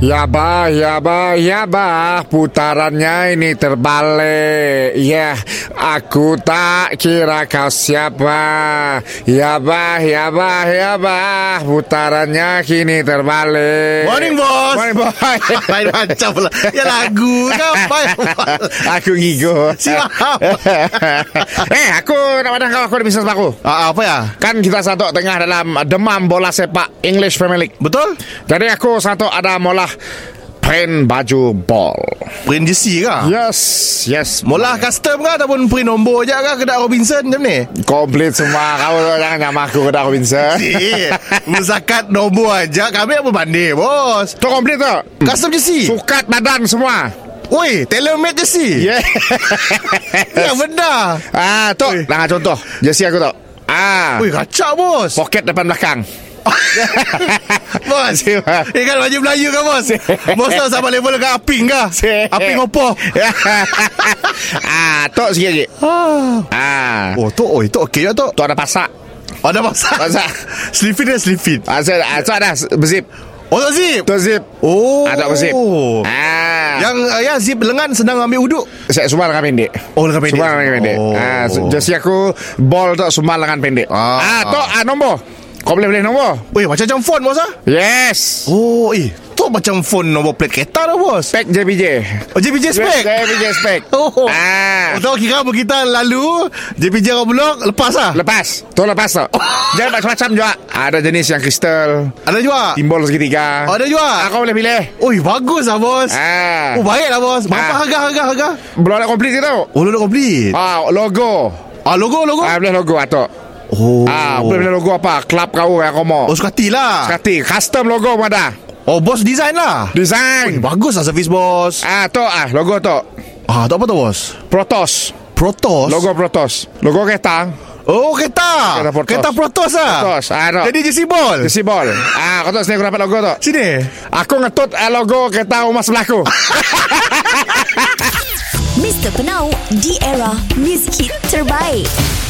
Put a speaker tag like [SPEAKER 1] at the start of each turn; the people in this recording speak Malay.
[SPEAKER 1] Ya bah, ya bah, ya bah Putarannya ini terbalik Ya, aku tak kira kau siapa Ya bah, ya bah, ya bah Putarannya kini terbalik
[SPEAKER 2] Morning, boss.
[SPEAKER 1] Morning boss
[SPEAKER 2] Lain macam pula Ya lagu kau Baik
[SPEAKER 1] Aku gigo
[SPEAKER 2] Siap.
[SPEAKER 1] Eh, aku nak pandang kau Aku ada bisnes baru
[SPEAKER 2] Ah, Apa ya
[SPEAKER 1] Kan kita satu tengah dalam Demam bola sepak English Premier League
[SPEAKER 2] Betul
[SPEAKER 1] Jadi aku satu ada molah Print baju ball
[SPEAKER 2] Print JC ke
[SPEAKER 1] Yes Yes
[SPEAKER 2] Mola custom ke Ataupun print nombor je ke Kedak Robinson macam ni
[SPEAKER 1] Komplit semua Kau tu jangan nyamah aku ke Darwin sir
[SPEAKER 2] Eh Zakat nombor aja Kami apa pandai bos
[SPEAKER 1] Tu komplit tu
[SPEAKER 2] Custom JC
[SPEAKER 1] Sukat badan semua
[SPEAKER 2] Oi Tailor made JC
[SPEAKER 1] Yeah
[SPEAKER 2] Ya benar
[SPEAKER 1] Ah tu
[SPEAKER 2] Ui.
[SPEAKER 1] Nah contoh Jersey aku tu Ah
[SPEAKER 2] Oi kacau bos
[SPEAKER 1] Poket depan belakang
[SPEAKER 2] Bos
[SPEAKER 1] Siap.
[SPEAKER 2] Eh kan baju Melayu kan bos Bos tahu sama level dengan Aping kah
[SPEAKER 1] Siap.
[SPEAKER 2] Aping opo
[SPEAKER 1] Ah tu sikit lagi
[SPEAKER 2] Ah.
[SPEAKER 1] Ah
[SPEAKER 2] Oh tu oi tu okey ya tu
[SPEAKER 1] Tu ada pasak
[SPEAKER 2] Oh dah masak
[SPEAKER 1] Masak.
[SPEAKER 2] Slipin dia slipin
[SPEAKER 1] Ah so, ah, so ada berzip
[SPEAKER 2] Oh tak zip
[SPEAKER 1] Tu zip
[SPEAKER 2] Oh
[SPEAKER 1] Ah tak berzip Ah
[SPEAKER 2] Yang uh, ya zip lengan sedang ambil uduk
[SPEAKER 1] Saya sumar lengan pendek
[SPEAKER 2] Oh, lengan pendek.
[SPEAKER 1] Sumar lengan pendek
[SPEAKER 2] Oh.
[SPEAKER 1] ah, so- Jersey aku Ball tu sumar lengan pendek Ah,
[SPEAKER 2] Ah.
[SPEAKER 1] tu ah, nombor Kau boleh pilih nombor
[SPEAKER 2] Weh macam-macam font bos ah
[SPEAKER 1] Yes
[SPEAKER 2] Oh eh Tu macam font nombor plate kereta dah bos
[SPEAKER 1] Spek JBJ
[SPEAKER 2] Oh JPJ spec
[SPEAKER 1] JBJ spek
[SPEAKER 2] Oh
[SPEAKER 1] ah.
[SPEAKER 2] Oh tahu kira apa kita lalu JPJ kau blok lepas ah
[SPEAKER 1] Lepas Tu lepas tu Jangan macam-macam juga Ah, Ada jenis yang kristal
[SPEAKER 2] Ada juga
[SPEAKER 1] Timbol segitiga
[SPEAKER 2] Oh, ada
[SPEAKER 1] ah,
[SPEAKER 2] juga?
[SPEAKER 1] Kau boleh pilih
[SPEAKER 2] Oi bagus lah bos
[SPEAKER 1] ah.
[SPEAKER 2] Oh baik lah bos Berapa
[SPEAKER 1] Ah.
[SPEAKER 2] harga harga harga
[SPEAKER 1] Belum ada komplit ke tau
[SPEAKER 2] Oh lu nak complete
[SPEAKER 1] ah, Logo
[SPEAKER 2] Ah logo logo
[SPEAKER 1] ah, Boleh logo atok
[SPEAKER 2] Oh
[SPEAKER 1] ah, Boleh pilih logo apa Club kau yang kau mau
[SPEAKER 2] Oh suka hati lah
[SPEAKER 1] Sekati Custom logo pun ada
[SPEAKER 2] Oh bos design lah Oi,
[SPEAKER 1] Design
[SPEAKER 2] Bagus lah servis bos
[SPEAKER 1] Ah, tu ah, logo tu.
[SPEAKER 2] Ah tak apa tu bos
[SPEAKER 1] Protos.
[SPEAKER 2] Protos
[SPEAKER 1] Logo Protos. Logo kereta.
[SPEAKER 2] Oh kereta
[SPEAKER 1] Kereta Protos.
[SPEAKER 2] Kereta Protos lah
[SPEAKER 1] Protos, ah, tak.
[SPEAKER 2] Jadi JC Ball
[SPEAKER 1] Isi bol. Ah, kau tak sini aku dapat logo tu.
[SPEAKER 2] Eh. Sini
[SPEAKER 1] Aku ngetut ah, logo kereta rumah sebelah aku.
[SPEAKER 3] Mr. Penau, di era music hit terbaik.